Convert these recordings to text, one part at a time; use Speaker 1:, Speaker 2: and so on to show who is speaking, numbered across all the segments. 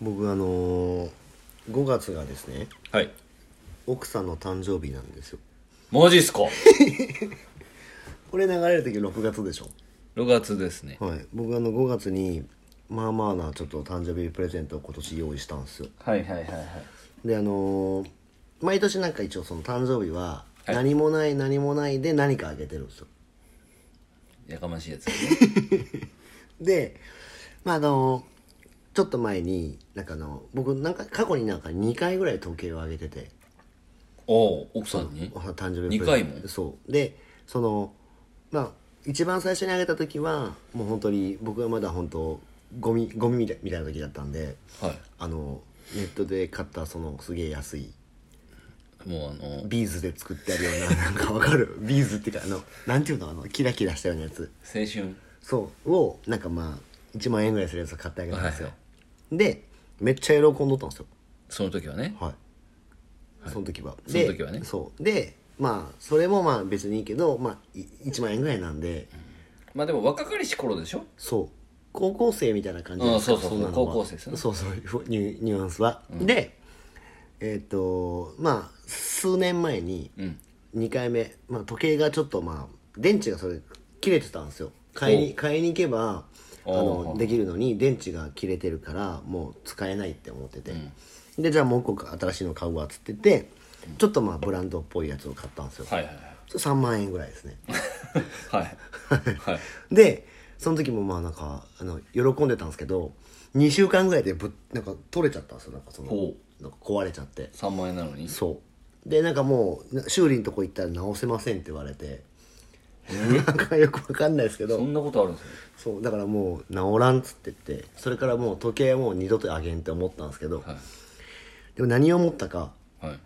Speaker 1: 僕あのー、5月がですね
Speaker 2: はい
Speaker 1: 奥さんの誕生日なんですよ
Speaker 2: マジっすか
Speaker 1: これ流れる時6月でしょ
Speaker 2: 6月ですね
Speaker 1: はい僕あの5月にまあまあなちょっと誕生日プレゼントを今年用意したんですよ
Speaker 2: はいはいはいはい
Speaker 1: であのー、毎年なんか一応その誕生日は
Speaker 2: はい
Speaker 1: 何もない何もないで何かあげてるんですよ
Speaker 2: やかましいやつ、
Speaker 1: でまああのーちょっと前になんかあの僕なんか過去になんか2回ぐらい時計をあげてて
Speaker 2: おお奥さんに
Speaker 1: お誕生日
Speaker 2: 二回も
Speaker 1: そうでそのまあ一番最初にあげた時はもう本当に僕はまだ本当ゴミゴミみたいみたいな時だったんで
Speaker 2: はい
Speaker 1: あのネットで買ったそのすげえ安い
Speaker 2: もうあの
Speaker 1: ビーズで作ってあるような なんかわかるビーズっていうかあのなんていうのあのキラキラしたようなやつ
Speaker 2: 青春
Speaker 1: そうをなんかまあ1万円ぐらいするやつを買ってあげたんですよ、
Speaker 2: は
Speaker 1: でめっちゃ喜んどったんですよ
Speaker 2: その時はね
Speaker 1: はい、その時は
Speaker 2: その時はね
Speaker 1: そうでまあそれもまあ別にいいけど、まあ、い1万円ぐらいなんで
Speaker 2: まあでも若かりし頃でしょ
Speaker 1: そう高校生みたいな感じじゃないですか
Speaker 2: うんそうそうん
Speaker 1: なのは
Speaker 2: 高校生ですね
Speaker 1: そうそうニュニュアンスは、でえっ、とまあ数年前に
Speaker 2: うん
Speaker 1: 2回目、まあ、時計がちょっとまあ電池がそれ切れてたんですよ買いに買いに行けばあ
Speaker 2: お
Speaker 1: の
Speaker 2: う
Speaker 1: できるのに電池が切れてるからもう使えないって思ってて、でじゃあもう一個新しいの買うわっつっててちょっとまあブランドっぽいやつを買ったんですよ、
Speaker 2: はいはい
Speaker 1: 3万円ぐらいです ね
Speaker 2: はいはいはい
Speaker 1: でその時もまあなんかあの喜んでたんですけど2週間ぐらいでぶっなんか取れちゃったんですよなんかその
Speaker 2: ほ
Speaker 1: なんか壊れちゃって
Speaker 2: 3万円なのに
Speaker 1: そうでなんかもうな修理のとこ行ったら直せませんって言われて なんかよくわかんないですけ
Speaker 2: そ
Speaker 1: ど
Speaker 2: んなことあるんですよ
Speaker 1: そうだからもう直らんっつってってそれからもう時計はもう二度とあげんって思ったんですけど、
Speaker 2: は
Speaker 1: でも何を思ったか
Speaker 2: いはい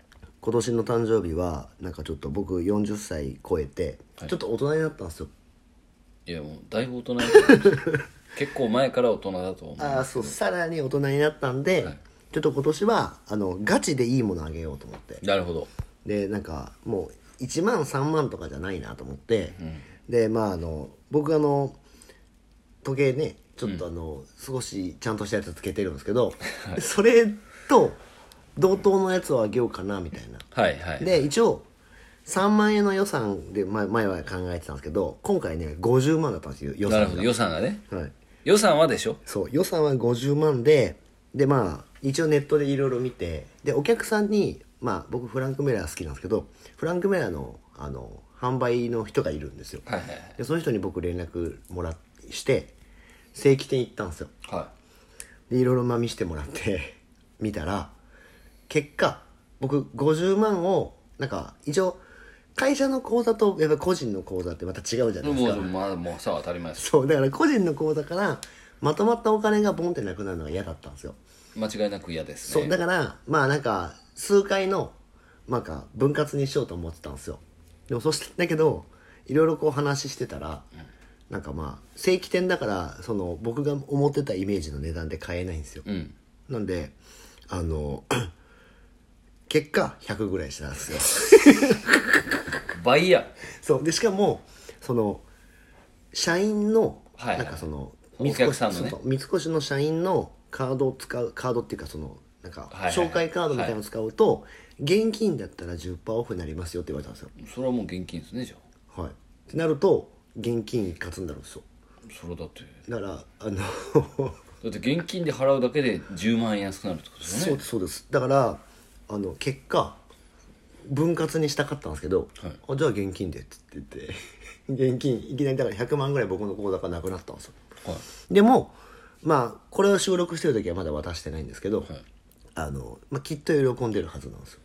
Speaker 1: 今年の誕生日はなんかちょっと僕40歳超えて、
Speaker 2: はい
Speaker 1: ちょっと大人になったんですよ
Speaker 2: いやもうだいぶ大人だと思います結構前から大人だと思う
Speaker 1: ああそうさらに大人になったんで、
Speaker 2: はい
Speaker 1: ちょっと今年はあのガチでいいものあげようと思って
Speaker 2: なるほど
Speaker 1: でなんかもう1万3万とかじゃないなと思って、でまああの僕あの時計ねちょっとあの、少しちゃんとしたやつつけてるんですけど、それと同等のやつをあげようかなみたいな
Speaker 2: はいはい
Speaker 1: で一応3万円の予算で前前は考えてたんですけど今回ね50万だったんですよ予
Speaker 2: なる
Speaker 1: 算
Speaker 2: ほど予算がね
Speaker 1: が、はい、
Speaker 2: 予算はでしょ
Speaker 1: そう予算は50万ででまあ一応ネットでいろいろ見てでお客さんにまあ僕フランク・メラー好きなんですけどフランク・メラーのあの販売の人がいるんですよ
Speaker 2: はいはいはい
Speaker 1: でその人に僕連絡もらして正規店行ったんですよ
Speaker 2: は
Speaker 1: でいろいろまあ見してもらって 見たら結果僕50万をなんか一応会社の口座とやっぱ個人の口座ってまた違うじゃ
Speaker 2: い
Speaker 1: ないです
Speaker 2: も
Speaker 1: か
Speaker 2: うまあもうさあ当たり前です
Speaker 1: そうだから個人の口座からまとまったお金がボンってなくなるのが嫌だったんですよ
Speaker 2: 間違いなく嫌です
Speaker 1: そう
Speaker 2: ね
Speaker 1: だからまあなんか数回のなんか分割にしようと思ってたんですよでもそしてだけどいろいろこう話してたら、なんかまあ正規店だからその僕が思ってたイメージの値段で買えないんですよ、
Speaker 2: うん
Speaker 1: なんであの 結果100ぐらいしたんですよ
Speaker 2: 倍や
Speaker 1: そうでしかもその社員の、
Speaker 2: はいは
Speaker 1: な
Speaker 2: い
Speaker 1: んかその
Speaker 2: お客さんのね
Speaker 1: そうそう三越の社員のカードを使うカードっていうかそのなんか
Speaker 2: はいはい
Speaker 1: 紹介カードみたいなのを使うと、現金だったら10%オフになりますよって言われたんですよ
Speaker 2: それはもう現金ですねじゃあ
Speaker 1: はいってなると現金一括になるんですよ
Speaker 2: それだって
Speaker 1: だからあの
Speaker 2: だって現金で払うだけで10万円安くなるってことです
Speaker 1: そう
Speaker 2: よね
Speaker 1: ですそうですだからあの結果分割にしたかったんですけど、
Speaker 2: はい
Speaker 1: あじゃあ現金でって言って 現金いきなりだから100万ぐらい僕の口座からなくなったんですよ
Speaker 2: はい
Speaker 1: でもまあこれを収録してる時はまだ渡してないんですけど、
Speaker 2: い
Speaker 1: あのまあ、きっと喜んでるはずなんですよ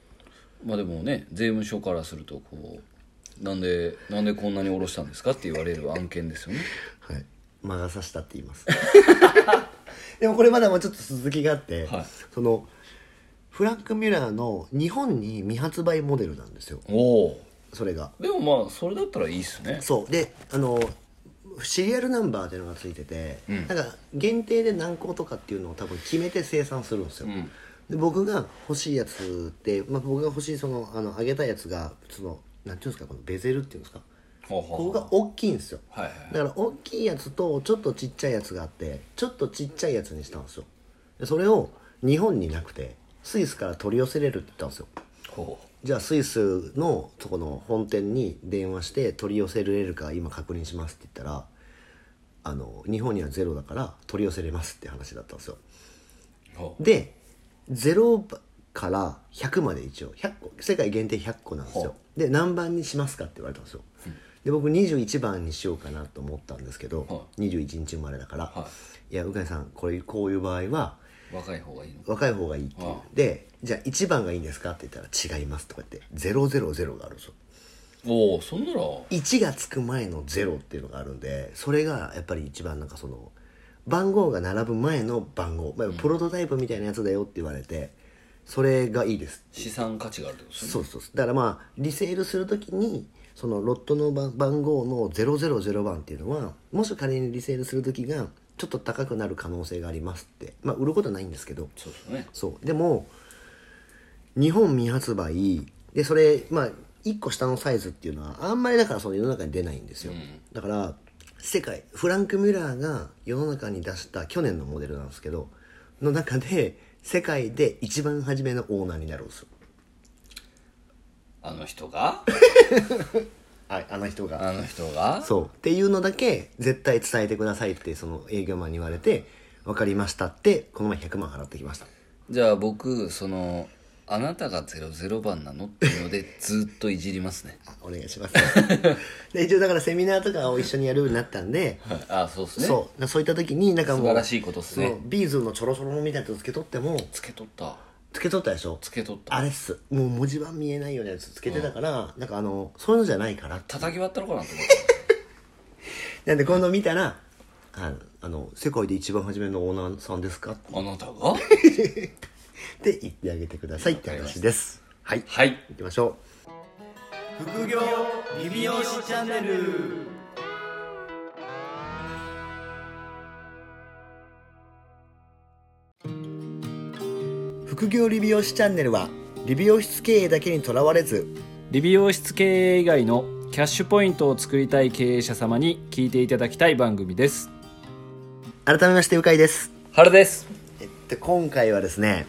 Speaker 2: まあでもね税務署からするとこうなんでなんでこんなに下ろしたんですかって言われる案件ですよね
Speaker 1: はい魔が差したって言います でもこれまだもうちょっと続きがあって、
Speaker 2: はい
Speaker 1: そのフランク・ミュラーの日本に未発売モデルなんですよ
Speaker 2: おお
Speaker 1: それが
Speaker 2: でもまあそれだったらいいっすね
Speaker 1: そうであのシリアルナンバーっていうのがついてて、なんか限定で何個とかっていうのを多分決めて生産するんですよ、で僕が欲しいやつって、まあ、僕が欲しいそのあのあげたやつがそのなんていうんですかこのベゼルっていうんですか
Speaker 2: ほうほう
Speaker 1: こ
Speaker 2: ほ
Speaker 1: こ
Speaker 2: う
Speaker 1: が大きいんですよ
Speaker 2: はいはい
Speaker 1: だから大きいやつとちょっとちっちゃいやつがあってちょっとちっちゃいやつにしたんですよでそれを日本になくてスイスから取り寄せれるって言ったんですよ
Speaker 2: ほ
Speaker 1: じゃあスイスのそこの本店に電話して取り寄せれるか今確認しますって言ったらあの日本にはゼロだから取り寄せれますって話だったんですよ
Speaker 2: うほう
Speaker 1: で0から100まで一応100個世界限定100個なんですよ
Speaker 2: ほ
Speaker 1: で何番にしますかって言われたんですよで僕21番にしようかなと思ったんですけ
Speaker 2: は
Speaker 1: ど21日生まれだから、、
Speaker 2: はい
Speaker 1: や鵜飼さんこれこういう場合は
Speaker 2: 若い方がいいのか
Speaker 1: 若い方がいいっていう
Speaker 2: は
Speaker 1: でじゃあ1番がいいんですかって言ったら違いますとか言って000があるんですよ
Speaker 2: おおそんならは
Speaker 1: 1がつく前の0っていうのがあるんでそれがやっぱり一番なんかその番号が並ぶ前の番号、まあ、プロトタイプみたいなやつだよって言われてそれがいいです
Speaker 2: 資産価値があるってことですね
Speaker 1: そうそうそうだからまあリセールするときにそのロットの番番号の000番っていうのはもし仮にリセールするときがちょっと高くなる可能性がありますってまあ売ることはないんですけど
Speaker 2: そうですね
Speaker 1: そうでも日本未発売でそれまあ1個下のサイズっていうのはあんまりだからその世の中に出ないんですよ、だから世界フランク・ミュラーが世の中に出した去年のモデルなんですけどの中で世界で一番初めのオーナーになるんですよ
Speaker 2: あの人が
Speaker 1: ああの人が
Speaker 2: あの人が
Speaker 1: そうっていうのだけ絶対伝えてくださいってその営業マンに言われて分かりましたってこの前100万払ってきました
Speaker 2: じゃあ僕そのあなたが00番なのっていうので ずっといじりますね
Speaker 1: お願いします で一応だからセミナーとかを一緒にやるようになったんで
Speaker 2: ああそうですね
Speaker 1: そうそういった時になんかもう
Speaker 2: 素晴らしいことっすね
Speaker 1: そのビーズのちょろちょろみたいなやつつけとっても
Speaker 2: つけとった
Speaker 1: つけとったでしょ
Speaker 2: つけとった
Speaker 1: あれっすもう文字盤見えないようなやつつけてたから、なんかあのそういうのじゃないから
Speaker 2: 叩き割ったのかなと思っ
Speaker 1: なんで今度見たら「あのあの世界で一番初めのオーナーさんですか?」った
Speaker 2: あなたが
Speaker 1: て言ってあげてくださいって話ですはい
Speaker 2: はい
Speaker 1: 行きましょ
Speaker 3: 副業リビオシチャンネル
Speaker 1: う副業理美容師チャンネルは理美容室経営だけにとらわれず
Speaker 4: 理美容室経営以外のキャッシュポイントを作りたい経営者様に聞いていただきたい番組です
Speaker 1: 改めまして鵜飼です
Speaker 2: 原です
Speaker 1: えっと、今回はですね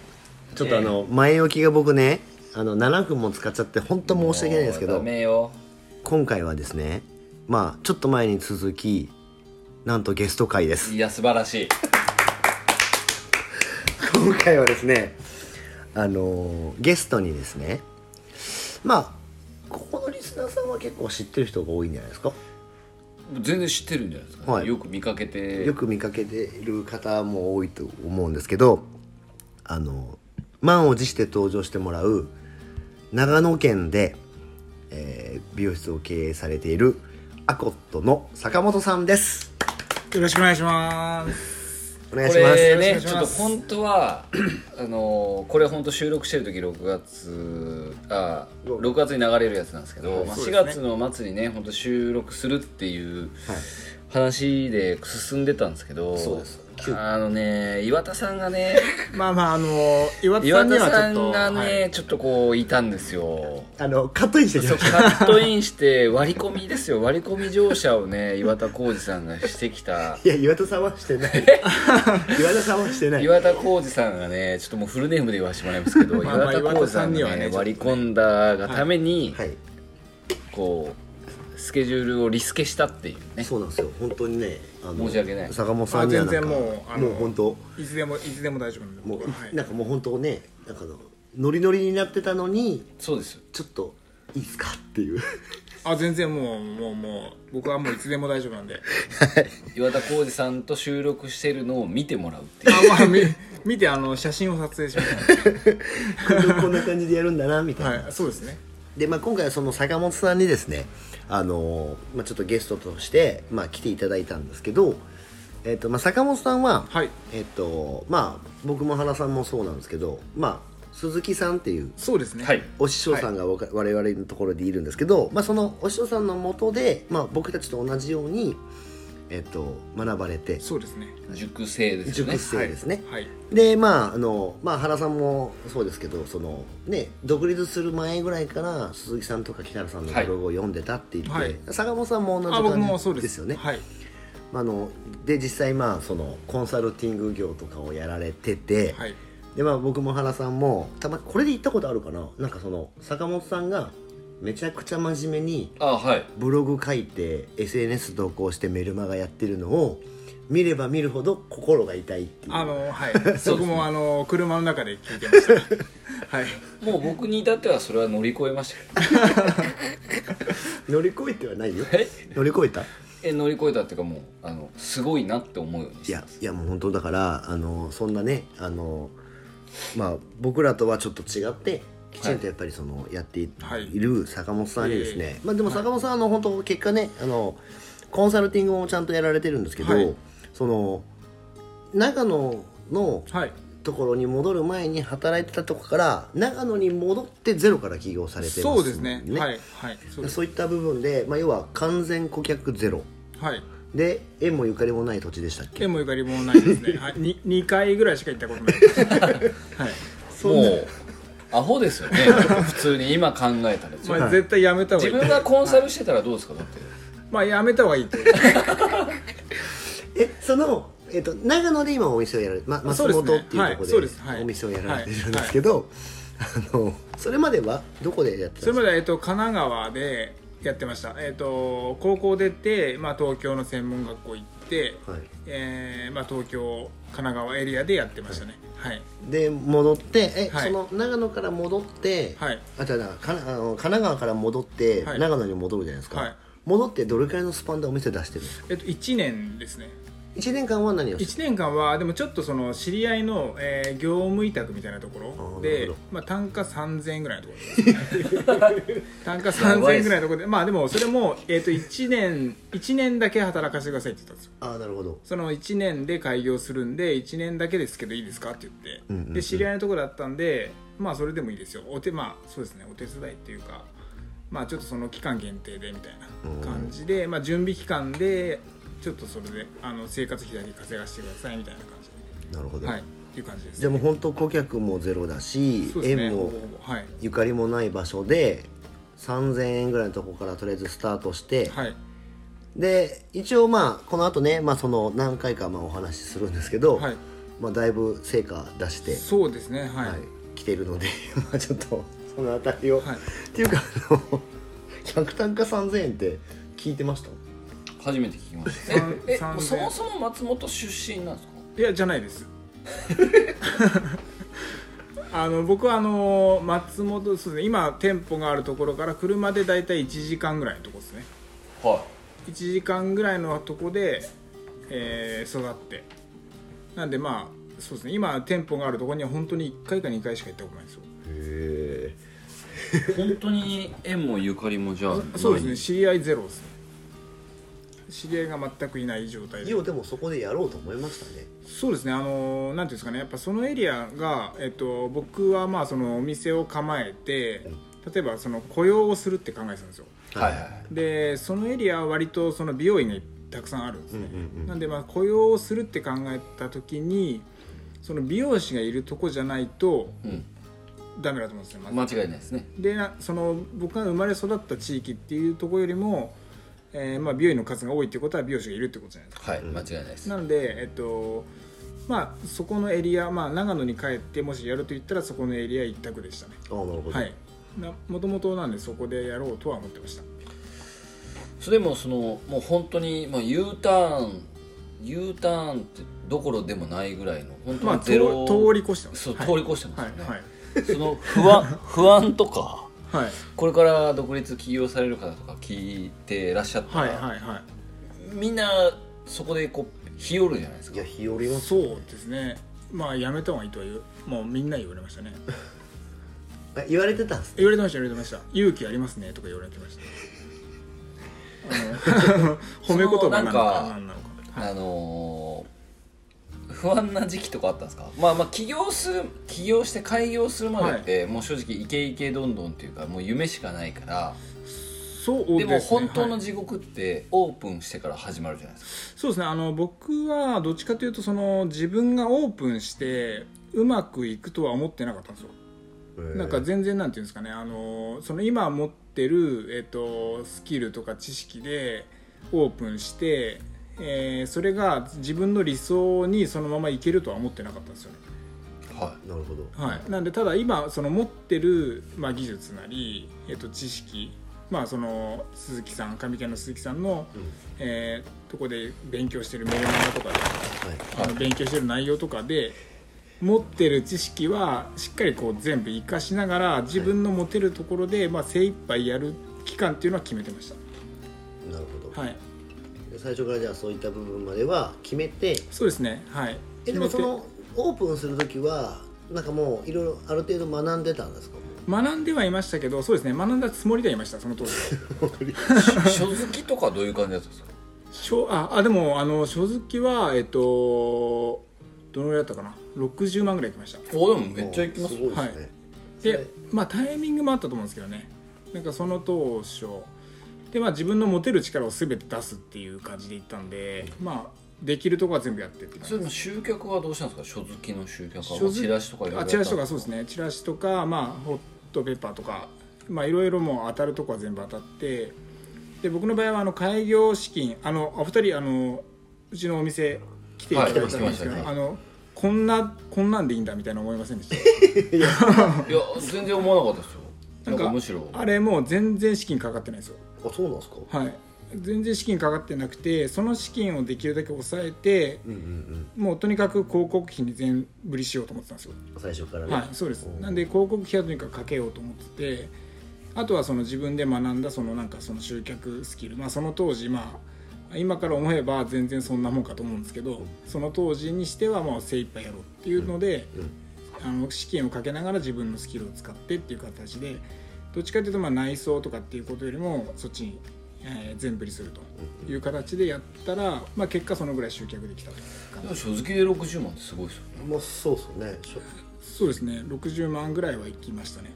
Speaker 1: ちょっとあの前置きが僕ねあの7分も使っちゃって本当申し訳ないですけ
Speaker 2: もう
Speaker 1: ど
Speaker 2: ダメよ
Speaker 1: 今回はですねまあちょっと前に続きなんとゲスト会です
Speaker 2: いや素晴らしい
Speaker 1: 今回はですねあのーゲストにですねまあここのリスナーさんは結構知ってる人が多いんじゃないですか
Speaker 2: 全然知ってるんじゃないですか、
Speaker 1: はい
Speaker 2: よく見かけて
Speaker 1: よく見かけてる方も多いと思うんですけどあの満を持して登場してもらう長野県で、えー美容室を経営されているアコットの坂本さんです
Speaker 3: よろしくお願いします
Speaker 1: お願い
Speaker 2: こ
Speaker 1: します
Speaker 2: れ
Speaker 3: よ
Speaker 2: ね
Speaker 3: ろしく
Speaker 2: ち
Speaker 3: お
Speaker 2: ょっ
Speaker 3: 願いしま
Speaker 2: と
Speaker 3: す
Speaker 2: 本当は あのこれ本当収録してる時6月あ6月に流れるやつなんですけど、まあ、
Speaker 3: そう
Speaker 2: 4
Speaker 3: です
Speaker 2: 月の末にね本当収録するっていう
Speaker 1: はい
Speaker 2: 話で進んでたんですけど
Speaker 1: そうです
Speaker 2: あのね岩田さんがね
Speaker 3: まあまああの 岩田さ
Speaker 2: 岩
Speaker 3: んに
Speaker 2: 田
Speaker 3: はち
Speaker 2: さ
Speaker 3: ょっ
Speaker 2: ん
Speaker 3: と
Speaker 2: がね、
Speaker 3: はい
Speaker 2: ちょっとこういたんですよ
Speaker 1: あのカットインしてきま
Speaker 2: そう
Speaker 1: した
Speaker 2: カットインして割り込みですよ割り込み乗車をね岩田浩二さんがしてきた
Speaker 1: いや岩田さんはして ない岩田さんはしてない
Speaker 2: 岩田浩二さんがねちょっともうフルネームで言わせてもらい ますけど
Speaker 3: まあまあ
Speaker 2: 岩田浩二さ
Speaker 3: 岩田さ
Speaker 2: ん
Speaker 3: んに
Speaker 2: が
Speaker 3: はね
Speaker 2: ね割り込んだがために、
Speaker 1: はい
Speaker 2: こうスケジュールをリスケしたっていうね
Speaker 1: そうなんですよ本当にねあの
Speaker 2: 申し訳ない
Speaker 1: 坂本さんにはなんか
Speaker 3: あ全然もうあの
Speaker 1: もう本当
Speaker 3: いつでもいつでも大丈夫なんで
Speaker 1: もう、
Speaker 3: 僕ははい
Speaker 1: なんかもう本当ねなんかあのノリノリになってたのに
Speaker 2: そうですよ
Speaker 1: ちょっといいですかっていう
Speaker 3: あ全然もうもうもう僕はもういつでも大丈夫なんで
Speaker 2: 岩田浩二さんと収録してるのを見てもらうっていう
Speaker 3: あまあみ見てあの写真を撮影しまし
Speaker 1: こんなこんな感じでやるんだなみたい
Speaker 3: た
Speaker 1: な、
Speaker 3: はいそうですね
Speaker 1: で、まあ、今回はその坂本さんにですねあのー、まあ、ちょっとゲストとして、まあ、来ていただいたんですけど、えっとまあ、坂本さんは、
Speaker 3: はい
Speaker 1: えっとまあ、僕も原さんもそうなんですけど、まあ、鈴木さんっていう
Speaker 3: そうですね
Speaker 2: はい
Speaker 1: お師匠さんがわか我々のところでいるんですけど、まあ、そのお師匠さんのもとで、まあ、僕たちと同じように、えっと、学ばれて
Speaker 3: そうですね
Speaker 2: 熟成ですよね
Speaker 1: 熟成ですね、
Speaker 3: はい
Speaker 1: でまああの、まあ、原さんもそうですけどそのね独立する前ぐらいから鈴木さんとか北原さんのブログを読んでたって言って、
Speaker 3: はい
Speaker 1: 坂本さんも同じ
Speaker 3: あ僕
Speaker 1: 感
Speaker 3: も
Speaker 1: じ
Speaker 3: そうです
Speaker 1: ですよね。
Speaker 3: はい
Speaker 1: あので実際まあそのコンサルティング業とかをやられてて、
Speaker 3: はい
Speaker 1: でまあ僕も原さんもたまこれで行ったことあるかななんかその坂本さんがめちゃくちゃ真面目に
Speaker 2: あはい
Speaker 1: ブログ書いて SNS 投稿してメルマガやってるのを見れば見るほど心が痛いっていう
Speaker 5: あ のはいそこもあの車の中で聞いてましたはい
Speaker 2: もう僕に至ってはそれは乗り越えましたけど
Speaker 1: 乗り越えてはないよ
Speaker 2: え
Speaker 1: 乗り越えた
Speaker 2: え乗り越えたっていうかもうあのすごいなって思うように
Speaker 1: い
Speaker 2: して
Speaker 1: やいやもう本当だからあのそんなねあのまあ僕らとはちょっと違ってきちんとやっぱりその、やってい
Speaker 5: はい
Speaker 1: る坂本さんにですね、
Speaker 5: いえ
Speaker 1: まあでも坂本さんはあの本当結果ねあのコンサルティングもちゃんとやられてるんですけど、
Speaker 5: はい
Speaker 1: その長野の
Speaker 5: はい
Speaker 1: ところに戻る前に働いてたとこから長野に戻ってゼロから起業されてますもん
Speaker 5: そうですねはいはいそうです
Speaker 1: そういった部分で、まあ、要は完全顧客ゼロ
Speaker 5: はい
Speaker 1: で縁もゆかりもない土地でしたっけ
Speaker 5: 縁もゆかりもないですね、はい、に2回ぐらいしか行ったことないです、はい
Speaker 2: もうアホですよね普通に今考え たら自分
Speaker 5: まあ、絶対やめた方がい
Speaker 2: 自
Speaker 5: い
Speaker 2: 分がコンサルしてたらどうですかだって
Speaker 5: まあやめた方がいいと
Speaker 1: えその、えっと長野で今お店をやられ、ま、
Speaker 5: そ
Speaker 1: 松
Speaker 5: うです
Speaker 1: 本
Speaker 5: ね
Speaker 1: っていうとこ
Speaker 5: はい
Speaker 1: ろ
Speaker 5: そう
Speaker 1: で
Speaker 5: ですはい
Speaker 1: お店をやられてるんですけど、あのそれまではどこでやってた
Speaker 5: それ
Speaker 1: んで
Speaker 5: までは、えっと、神奈川でやってました、えっと、高校出て、まあ、東京の専門学校行って、
Speaker 1: はい
Speaker 5: えーまあ、東京神奈川エリアでやってましたねはい、
Speaker 1: で戻ってえ、
Speaker 5: はい
Speaker 1: その長野から戻って、
Speaker 5: はい
Speaker 1: あじゃあなかなあの神奈川から戻って、
Speaker 5: はい
Speaker 1: 長野に戻るじゃないですか、
Speaker 5: はい
Speaker 1: 戻ってどれくらいのスパンでお店出してるんですか
Speaker 5: えっと、1年ですね
Speaker 1: 1年間は何をして
Speaker 5: 1年間はでもちょっとその知り合いの、えー業務委託みたいなところ
Speaker 1: あーな
Speaker 5: で
Speaker 1: るほど、
Speaker 5: まあ、単価3000円ぐらいのところです 単価3000円ぐらいのところでまあでもそれも、えっと、1年1年だけ働かせてくださいって言ったんですよ
Speaker 1: ああなるほど
Speaker 5: その1年で開業するんで1年だけですけどいいですかって言って、
Speaker 1: んうんうん
Speaker 5: で知り合いのところだったんでまあそれでもいいですよお手まあそうですねお手伝いっていうかまあちょっとその期間限定でみたいな感じで、まあ準備期間でちょっとそれであの生活費だけ稼がしてくださいみたいな感じ
Speaker 1: なるほ
Speaker 5: で
Speaker 1: ど、
Speaker 5: はいっていう感じです
Speaker 1: じゃあもう本当顧客もゼロだし、
Speaker 5: そうですね
Speaker 1: 縁
Speaker 5: ほぼ
Speaker 1: も
Speaker 5: ほぼはい
Speaker 1: ゆかりもない場所で3000円ぐらいのとこからとりあえずスタートして、
Speaker 5: はい
Speaker 1: で一応まあこの後ね、まあ、その何回かまあお話しするんですけど、
Speaker 5: はい
Speaker 1: まあ、だいぶ成果出して、
Speaker 5: そうですねはい、
Speaker 1: はい来てるので まあちょっとそのあたりを、
Speaker 5: はい
Speaker 1: っていうかあの客単価3000円って聞いてました
Speaker 2: 初めて聞きました
Speaker 5: 三
Speaker 2: ええ
Speaker 5: 三
Speaker 2: そ
Speaker 5: 千
Speaker 2: もそも松本出身なんですか
Speaker 5: いやじゃないです あの僕はあの松本そうです、ね、今店舗があるところから車で大体1時間ぐらいのとこですね
Speaker 2: は
Speaker 5: 1時間ぐらいのとこで、えー育ってなんでまあそうですね今店舗があるところには本当に1回か2回しか行ったことないんですよ
Speaker 1: へ
Speaker 2: い本当に縁もゆかりもじゃあない
Speaker 5: そうですね知り合いゼロですね知り合いが全くいない状態で
Speaker 1: ようでもそこでやろうと思いましたね
Speaker 5: そうですねあのなんていうんですかねやっぱそのエリアが、えっと、僕はまあそのお店を構えて例えばその雇用をするって考えてたんですよ
Speaker 2: はいはい
Speaker 5: でそのエリアは割とその美容院がたくさんあるんですね、
Speaker 1: うんうんうん
Speaker 5: なんでまあ雇用をするって考えた時にその美容師がいるとこじゃないと
Speaker 2: うん
Speaker 5: ダメだと思うんですよまず
Speaker 2: 間違いないですね
Speaker 5: でなその僕が生まれ育った地域っていうところよりも、えーまあ美容院の数が多いってことは美容師がいるってことじゃないですか
Speaker 2: はい間違いないです
Speaker 5: なので、えっとまあ、そこのエリア、まあ、長野に帰ってもしやると言ったらそこのエリア一択でしたね
Speaker 1: ああなるほど、
Speaker 5: はいなもともとなんでそこでやろうとは思ってました
Speaker 2: それでもそのもう本当にまあ U ターン U ターンってどころでもないぐらいの本
Speaker 5: ま
Speaker 2: 当
Speaker 5: あ
Speaker 2: にゼロ、
Speaker 5: 通通り越してます
Speaker 2: そう
Speaker 5: はい
Speaker 2: 通り越してますよ
Speaker 5: はい
Speaker 2: ね、
Speaker 5: はい
Speaker 2: その不安 不安とか
Speaker 5: はい
Speaker 2: これから独立起業される方とか聞いてらっしゃった
Speaker 5: は
Speaker 2: ら、
Speaker 5: いはいは
Speaker 2: みんなそこでこう日和るじゃないで
Speaker 1: い
Speaker 2: すか
Speaker 1: や日和りま
Speaker 5: い
Speaker 1: す
Speaker 5: そうですねまあやめた方がいいとは言うもうみんな言われましたね
Speaker 1: え言われてたんです
Speaker 5: 言われてました言われてました勇気ありますねとか言われてましたあの 褒め言葉な
Speaker 2: そのな
Speaker 5: のか
Speaker 2: んか
Speaker 5: 何なのか
Speaker 2: あのー不安な時期とかあったんですかまあまあ起業する起業して開業するまでって、もう正直イケイケどんどんっていうかもう夢しかないから
Speaker 5: そうです
Speaker 2: で
Speaker 5: ね
Speaker 2: も本当
Speaker 5: は
Speaker 2: の
Speaker 5: い
Speaker 2: 地獄ってオープンしてから始まるじゃないです
Speaker 5: そうですねあの僕はどっちかというとその自分がオープンしてうまくいくとは思ってなかったんですよなんか全然なんていうんですかねあのその今持ってる、えっと、スキルとか知識でオープンして、えーそれが自分の理想にそのままいけるとは思ってなかったんですよね
Speaker 2: かは
Speaker 1: なるほど
Speaker 5: はい、なんでただ今その持ってる、まあ、技術なり、えっと、知識、まあ、その鈴木さん上家の鈴木さんの、えーとこで勉強してるメールマガとかであの勉強してる内容とかで持ってる知識はしっかりこう全部活かしながら自分の持てるところで、まあ、精一杯やる期間っていうのは決めてまし
Speaker 1: なるほ
Speaker 5: た
Speaker 1: ど、
Speaker 5: はい
Speaker 1: 最初からじゃあそういった部分までは決めて
Speaker 5: そうですねはい
Speaker 1: えでもそ
Speaker 5: 決めて
Speaker 1: のオープンする時はなんかもういろいろある程度学んでたん ですか
Speaker 5: 学んではいましたけどそうですね学んだつもりではいましたそ の当時は。
Speaker 2: い書好きとかどういう感じだったん ですか
Speaker 5: 書ああでもあの書好きはえっとどのぐらいだったかな60万ぐらいいきました
Speaker 2: おでもめっちゃ行きます
Speaker 1: ごいですね、
Speaker 5: はい
Speaker 1: それ
Speaker 5: でまあタイミングもあったと思うんですけどねなんかその当初でまあ自分の持てる力を全て出すっていう感じでいったんでまあできるとこは全部やってって
Speaker 2: そ
Speaker 5: 感じ
Speaker 2: れでも集客はどうしたんですか書好きの集客
Speaker 5: 書
Speaker 2: は
Speaker 5: 好
Speaker 2: チラシとかいろいろ
Speaker 5: あチラシとか
Speaker 2: やったん
Speaker 5: そうですねチラシとかまあホットペッパーとかまあいろいろもう当たるとこは全部当たってで僕の場合はあの開業資金あのあお二人あのうちのお店来ていただいたんですけど、
Speaker 2: はい来てましたね
Speaker 5: あのこんなこんなんでいいんだみたいな思いませんでした
Speaker 2: いや全然思わなかったですよな
Speaker 5: な
Speaker 2: んん
Speaker 5: か
Speaker 2: かむしろ
Speaker 5: あれもう全然資金かかってないですよ
Speaker 1: あそうなんですか
Speaker 5: はい全然資金かかってなくてその資金をできるだけ抑えて
Speaker 1: うんうんうん
Speaker 5: もうとにかく広告費に全振りしようと思ってたんですよ
Speaker 1: 最初からね、
Speaker 5: はいそうです
Speaker 1: おー
Speaker 5: なんで広告費はとにかくかけようと思っててあとはその自分で学んだそのなんかその集客スキルまあその当時まあ今から思えば全然そんなもんかと思うんですけどその当時にしてはもう精一杯やろうっていうので、
Speaker 1: うん
Speaker 5: あの資金をかけながら自分のスキルを使ってっていう形でどっちかというとまあ内装とかっていうことよりもそっちに、えー全振りするという形でやったら、まあ、結果そのぐらい集客できたと
Speaker 2: でも書好きで60万ってすごいですよね
Speaker 1: まあそうですよねしょ
Speaker 5: そうですね60万ぐらいはいきましたね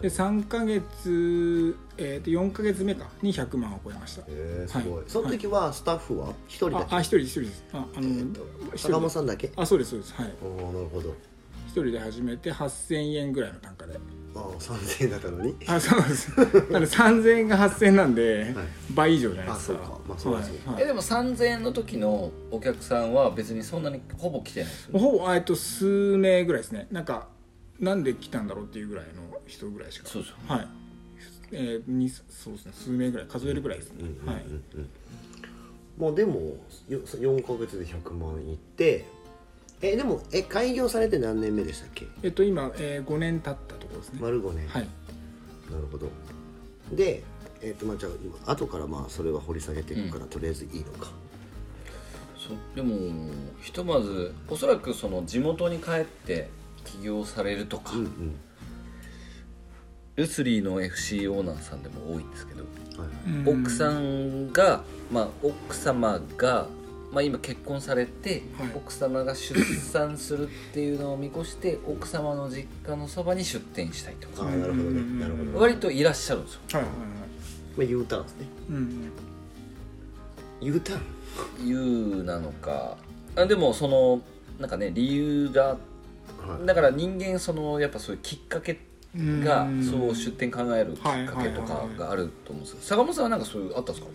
Speaker 5: で3ヶ月、えー、と4ヶ月目かに100万を超えました
Speaker 1: えー、すごい、
Speaker 5: はい
Speaker 1: その時はスタッフは一人だ
Speaker 5: あ
Speaker 1: け、
Speaker 5: あ一人です一人ですああの、
Speaker 1: えっと
Speaker 5: 一人
Speaker 1: 坂本さんだけ
Speaker 5: あそうですそうですはい
Speaker 1: おおなるほど
Speaker 5: 一人で始めて8000円ぐらいの単価で
Speaker 1: ああ3000円だったのに
Speaker 5: あそうな んですなので3000円が8000円なんで、
Speaker 1: はい
Speaker 5: 倍以上じゃないです
Speaker 1: あそ
Speaker 5: か
Speaker 1: うかまあそうですね
Speaker 5: はい
Speaker 2: え
Speaker 5: はい
Speaker 2: でも3000円の時のお客さんは別にそんなにほぼ来てないですよね
Speaker 5: もうほぼあえっと数名ぐらいですねなんかなんで来たんだろうっていうぐらいの人ぐらいしか
Speaker 2: そうですよ
Speaker 5: はいえー、にそうですね数名ぐらい数えるぐらいですね、はい
Speaker 1: まあでもよ4ヶ月で100万いってえでもえ開業されて何年目でしたっけ
Speaker 5: えっと今、えー、5年経ったところですね、
Speaker 1: 丸5年、
Speaker 5: はい
Speaker 1: なるほどでえっ、とまあじゃあ今後からまあそれは掘り下げていくから、とりあえずいいのか
Speaker 2: そでもひとまずおそらくその地元に帰って起業されるとか、
Speaker 1: うんうん
Speaker 2: ルスリーの FC オーナーさんでも多いんですけど、
Speaker 1: はい
Speaker 2: 奥さんが、まあ、奥様が、まあ、今結婚されて、
Speaker 5: はい
Speaker 2: 奥様が出産するっていうのを見越して奥様の実家のそばに出店したいとか、
Speaker 1: ああなるほどねなるほど、ま
Speaker 2: 割といらっしゃるんですよ
Speaker 5: はいはいはい
Speaker 1: あ、U ターンですね
Speaker 5: うん
Speaker 1: U ターン
Speaker 2: U なのかあでもそのなんかね理由が
Speaker 1: はい
Speaker 2: だから人間そのやっぱそういうきっかけ
Speaker 5: うん
Speaker 2: が
Speaker 5: うん
Speaker 2: そう出店考えるきっかけと
Speaker 5: はいはい
Speaker 2: か
Speaker 5: はいはい
Speaker 2: があると思うんですけど坂本さんはなんかそういうあったんですか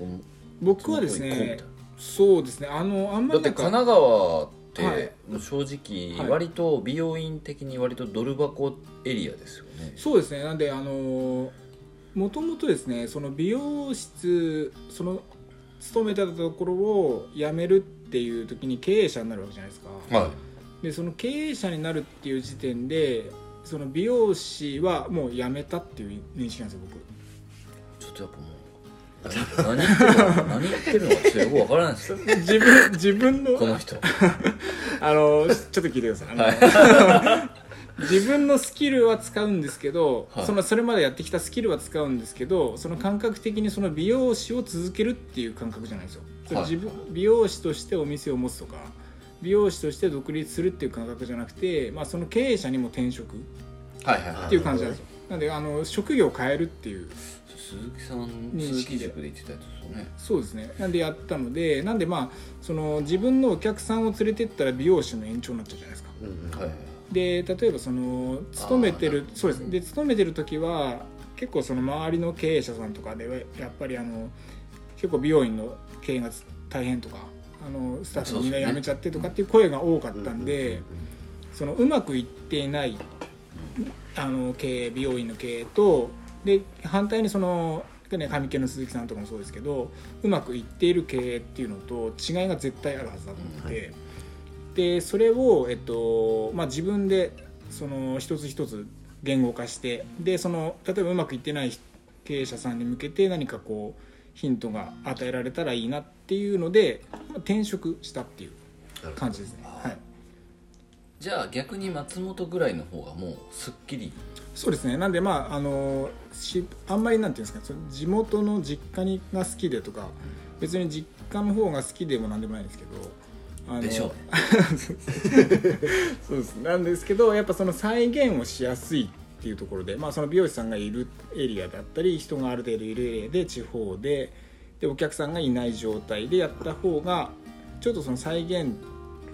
Speaker 2: もううん
Speaker 5: 僕はです
Speaker 2: その子行こうみたい
Speaker 5: ね
Speaker 2: な
Speaker 5: そうですねあのあんま
Speaker 2: だって
Speaker 5: りなんか
Speaker 2: 神奈川っ
Speaker 5: はい
Speaker 2: てもう正
Speaker 5: はい
Speaker 2: 直割と美容院的に割とドル箱エリアですよね
Speaker 5: そうですねなんであのもともとですねその美容室その勤めてたところを辞めるっていう時に経営者になるわけじゃないですか、
Speaker 2: は
Speaker 5: でその経営者になるっていう時点でその美容師はもう辞めたっていう認識なんですよ僕
Speaker 2: いちょっとやっぱもう何言ってるの何言ってるのかちょっとよくわからないですよ
Speaker 5: 自分自分の
Speaker 2: この 人
Speaker 5: あのちょっと聞いてくださいあの、自分のスキルは使うんですけど、
Speaker 2: はい
Speaker 5: そのそれまでやってきたスキルは使うんですけどその感覚的にその美容師を続けるっていう感覚じゃないんですよ、それ
Speaker 2: はい
Speaker 5: 自分美容師としてお店を持つとか美容師として独立するっていう感覚じゃなくて、まあ、その経営者にも転職っ
Speaker 2: はいはいは
Speaker 1: あ
Speaker 5: ていう感じなんですよなんであの職業を変えるっていう
Speaker 2: い鈴木さん
Speaker 5: 認識
Speaker 2: 鈴木
Speaker 5: で
Speaker 2: 塾で言ってたやつですよね
Speaker 5: そうですねなんでやったのでなんでまあその自分のお客さんを連れてったら美容師の延長になっちゃうじゃないですか
Speaker 1: うんうん、
Speaker 2: はい
Speaker 5: で例えばその勤めてる
Speaker 2: あー
Speaker 5: そうですで勤めてる時は結構その周りの経営者さんとかではやっぱりあの結構美容院の経営が大変とかあのスタッフみんな辞めちゃってとかっていう声が多かったんでそそのうまくいっていないあの経営美容院の経営とで反対にその、ね、髪系の鈴木さんとかもそうですけどうまくいっている経営っていうのと違いが絶対あるはずだと思ってて、でそれを、えっとまあ、自分でその一つ一つ言語化してでその例えばうまくいってない経営者さんに向けて何かこうヒントが与えられたらいいなっていうのでまあ転職したっていう感じですね。はい
Speaker 2: じゃあ逆に松本ぐらいの方がもうすっきり
Speaker 5: そうですねなんでまああのしあんまりなんていうんですかその地元の実家にが好きでとか別に実家の方が好きでもなんでもないんですけどあの
Speaker 2: でしょうね
Speaker 5: そうですなんですけどやっぱその再現をしやすいっていうところで、まあ、その美容師さんがいるエリアだったり人がある程度いるエリアで地方ででお客さんがいない状態でやった方がちょっとその再現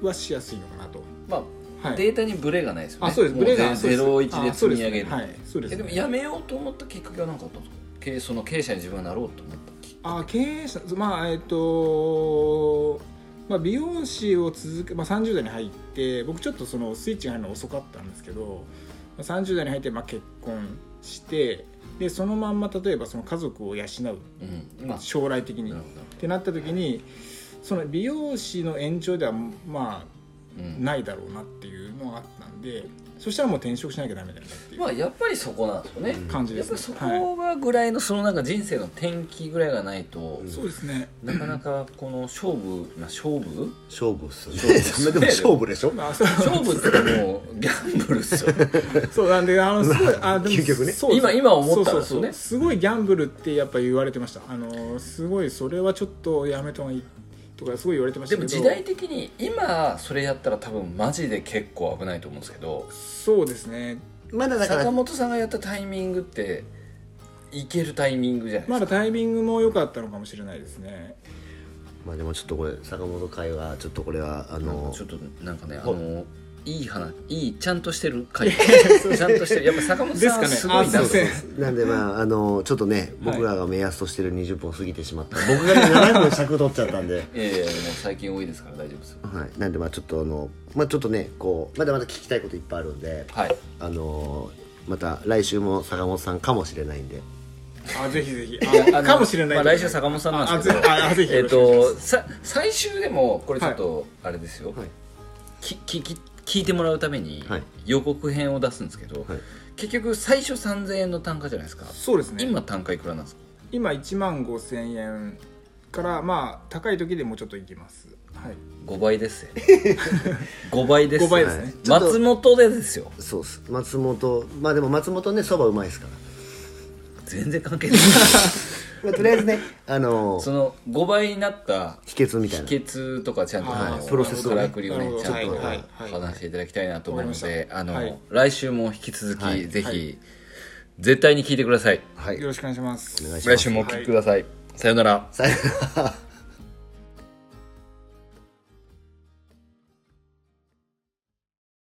Speaker 5: はしやすいのかなと。
Speaker 2: まあ、
Speaker 5: はい
Speaker 2: データにブレがないですよね
Speaker 5: あそうです
Speaker 2: も
Speaker 5: ブレが
Speaker 2: ゼゼロ一で
Speaker 5: そ
Speaker 2: 積み
Speaker 5: うです
Speaker 2: 上げる
Speaker 5: あそうですねはいそうです
Speaker 2: えでもやめようと思ったきっかけは何かあったんですか経営その経営者に自分がなろうと思ったき
Speaker 5: あ経営者まあえっと、まあ、美容師を続け、まあ、30代に入って僕ちょっとそのスイッチが入るの遅かったんですけど、まあ、30代に入って、まあ、結婚してでそのまんま例えばその家族を養う
Speaker 2: うんまあ
Speaker 5: 将来的に
Speaker 2: な
Speaker 5: っ
Speaker 2: るほどなる
Speaker 5: てなった時にその美容師の延長ではま
Speaker 2: ほどう
Speaker 5: あ
Speaker 2: ん
Speaker 5: ないだろうなっていうのがあったんでそしたらもう転職しなきゃダメだよねってい
Speaker 2: ま
Speaker 5: う
Speaker 2: あやっぱりそこなんですよね、
Speaker 5: 感じ
Speaker 2: や
Speaker 5: で
Speaker 2: っ
Speaker 5: す
Speaker 2: ぱ
Speaker 5: ね
Speaker 2: りそ
Speaker 5: は
Speaker 2: こ
Speaker 5: い
Speaker 2: がぐらいのそのなんか人生の転機ぐらいがないと、
Speaker 5: そうですね
Speaker 2: なかなかこの勝負、まあ、勝負
Speaker 1: 勝負っすね ダメでも勝負でしょ
Speaker 5: まあそう
Speaker 2: 勝負ってもうギャンブルっすよ
Speaker 5: そう なんであのすごいあでも
Speaker 1: 究極ね
Speaker 5: そう
Speaker 2: 今今思った
Speaker 5: そ
Speaker 2: ら
Speaker 5: うそう
Speaker 2: で
Speaker 5: そうすごいギャンブルってやっぱ言われてましたあのすごいそれはちょっとやめた方がいいとかすごい言われてまし
Speaker 2: で
Speaker 5: たけ
Speaker 2: も
Speaker 5: ど
Speaker 2: 時代的に今それやったら多分マジで結構危ないと思うんですけど
Speaker 5: そうですね
Speaker 1: まだだから
Speaker 2: 坂本さんがやったタイミングっていけるタイミングじゃないで
Speaker 5: ますだ
Speaker 2: か、
Speaker 5: タイミングも良かったのかもしれないですね
Speaker 1: まあでもちょっとこれ坂本会はちょっとこれはあ
Speaker 2: なん
Speaker 1: の
Speaker 2: かちょっとなんかねあ
Speaker 1: ほう
Speaker 2: のいい話いいちゃんとしてる回 ちゃんとしてるやっぱ坂本さんは
Speaker 5: です
Speaker 2: す
Speaker 5: かね
Speaker 2: ごいな
Speaker 5: あすいません
Speaker 1: なんで まああのちょっとね
Speaker 5: はい
Speaker 1: 僕らが目安としてる20本過ぎてしまった、僕がね7分尺取っちゃったんで
Speaker 2: いやいやもう最近多いですから大丈夫ですよ
Speaker 1: はいなんでまあちょっとあのまあちょっとねこうまだまだ聞きたいこといっぱいあるんで
Speaker 2: はい
Speaker 1: あのまた来週も坂本さんかもしれないんで
Speaker 5: あぜひぜひ
Speaker 2: あの
Speaker 5: あかもしれない
Speaker 2: まあ、来週坂本さんなんですけど
Speaker 5: あぜあぜひ
Speaker 2: え
Speaker 5: よ
Speaker 2: っ
Speaker 5: ろしくお願いし
Speaker 2: とさ最終でもこれちょっとあれですよ、
Speaker 1: はい
Speaker 2: ききき聞いてもらうために
Speaker 1: はい
Speaker 2: 予告編を出すんですけど、
Speaker 1: はい
Speaker 2: 結局最初3000円の単価じゃないですか、
Speaker 5: そうですね
Speaker 2: 今単価いくらなんですか
Speaker 5: 今1万5000円からまあ高い時でもうちょっといきますはい
Speaker 2: 5倍ですよ5倍ですよ
Speaker 5: 5倍ですね
Speaker 2: ちょっと松本でですよ
Speaker 1: そうっす松本まあでも松本ねそばうまいですから、
Speaker 2: 全然関係ないそ
Speaker 1: まあ、 とりあえずねあの
Speaker 2: の5倍になった
Speaker 1: 秘訣みた
Speaker 2: 秘
Speaker 1: いな
Speaker 2: 訣とかちゃんと、
Speaker 5: はい
Speaker 2: あの
Speaker 1: プロセスをね
Speaker 2: からくりをね
Speaker 5: なるほど
Speaker 2: ちゃん
Speaker 1: はい
Speaker 2: と
Speaker 1: はい
Speaker 5: はい
Speaker 2: お話していただきたいなと思うの
Speaker 5: わかり
Speaker 2: で
Speaker 5: まし、た
Speaker 2: あの、
Speaker 5: はい
Speaker 2: 来週も引き続き、
Speaker 1: はい
Speaker 2: ぜひ、
Speaker 5: はい
Speaker 2: 絶対に聞いてください。
Speaker 1: はい
Speaker 5: よろしくお願いします
Speaker 1: お願いします
Speaker 2: 来週もお聞きください。さようなら。
Speaker 1: さよなら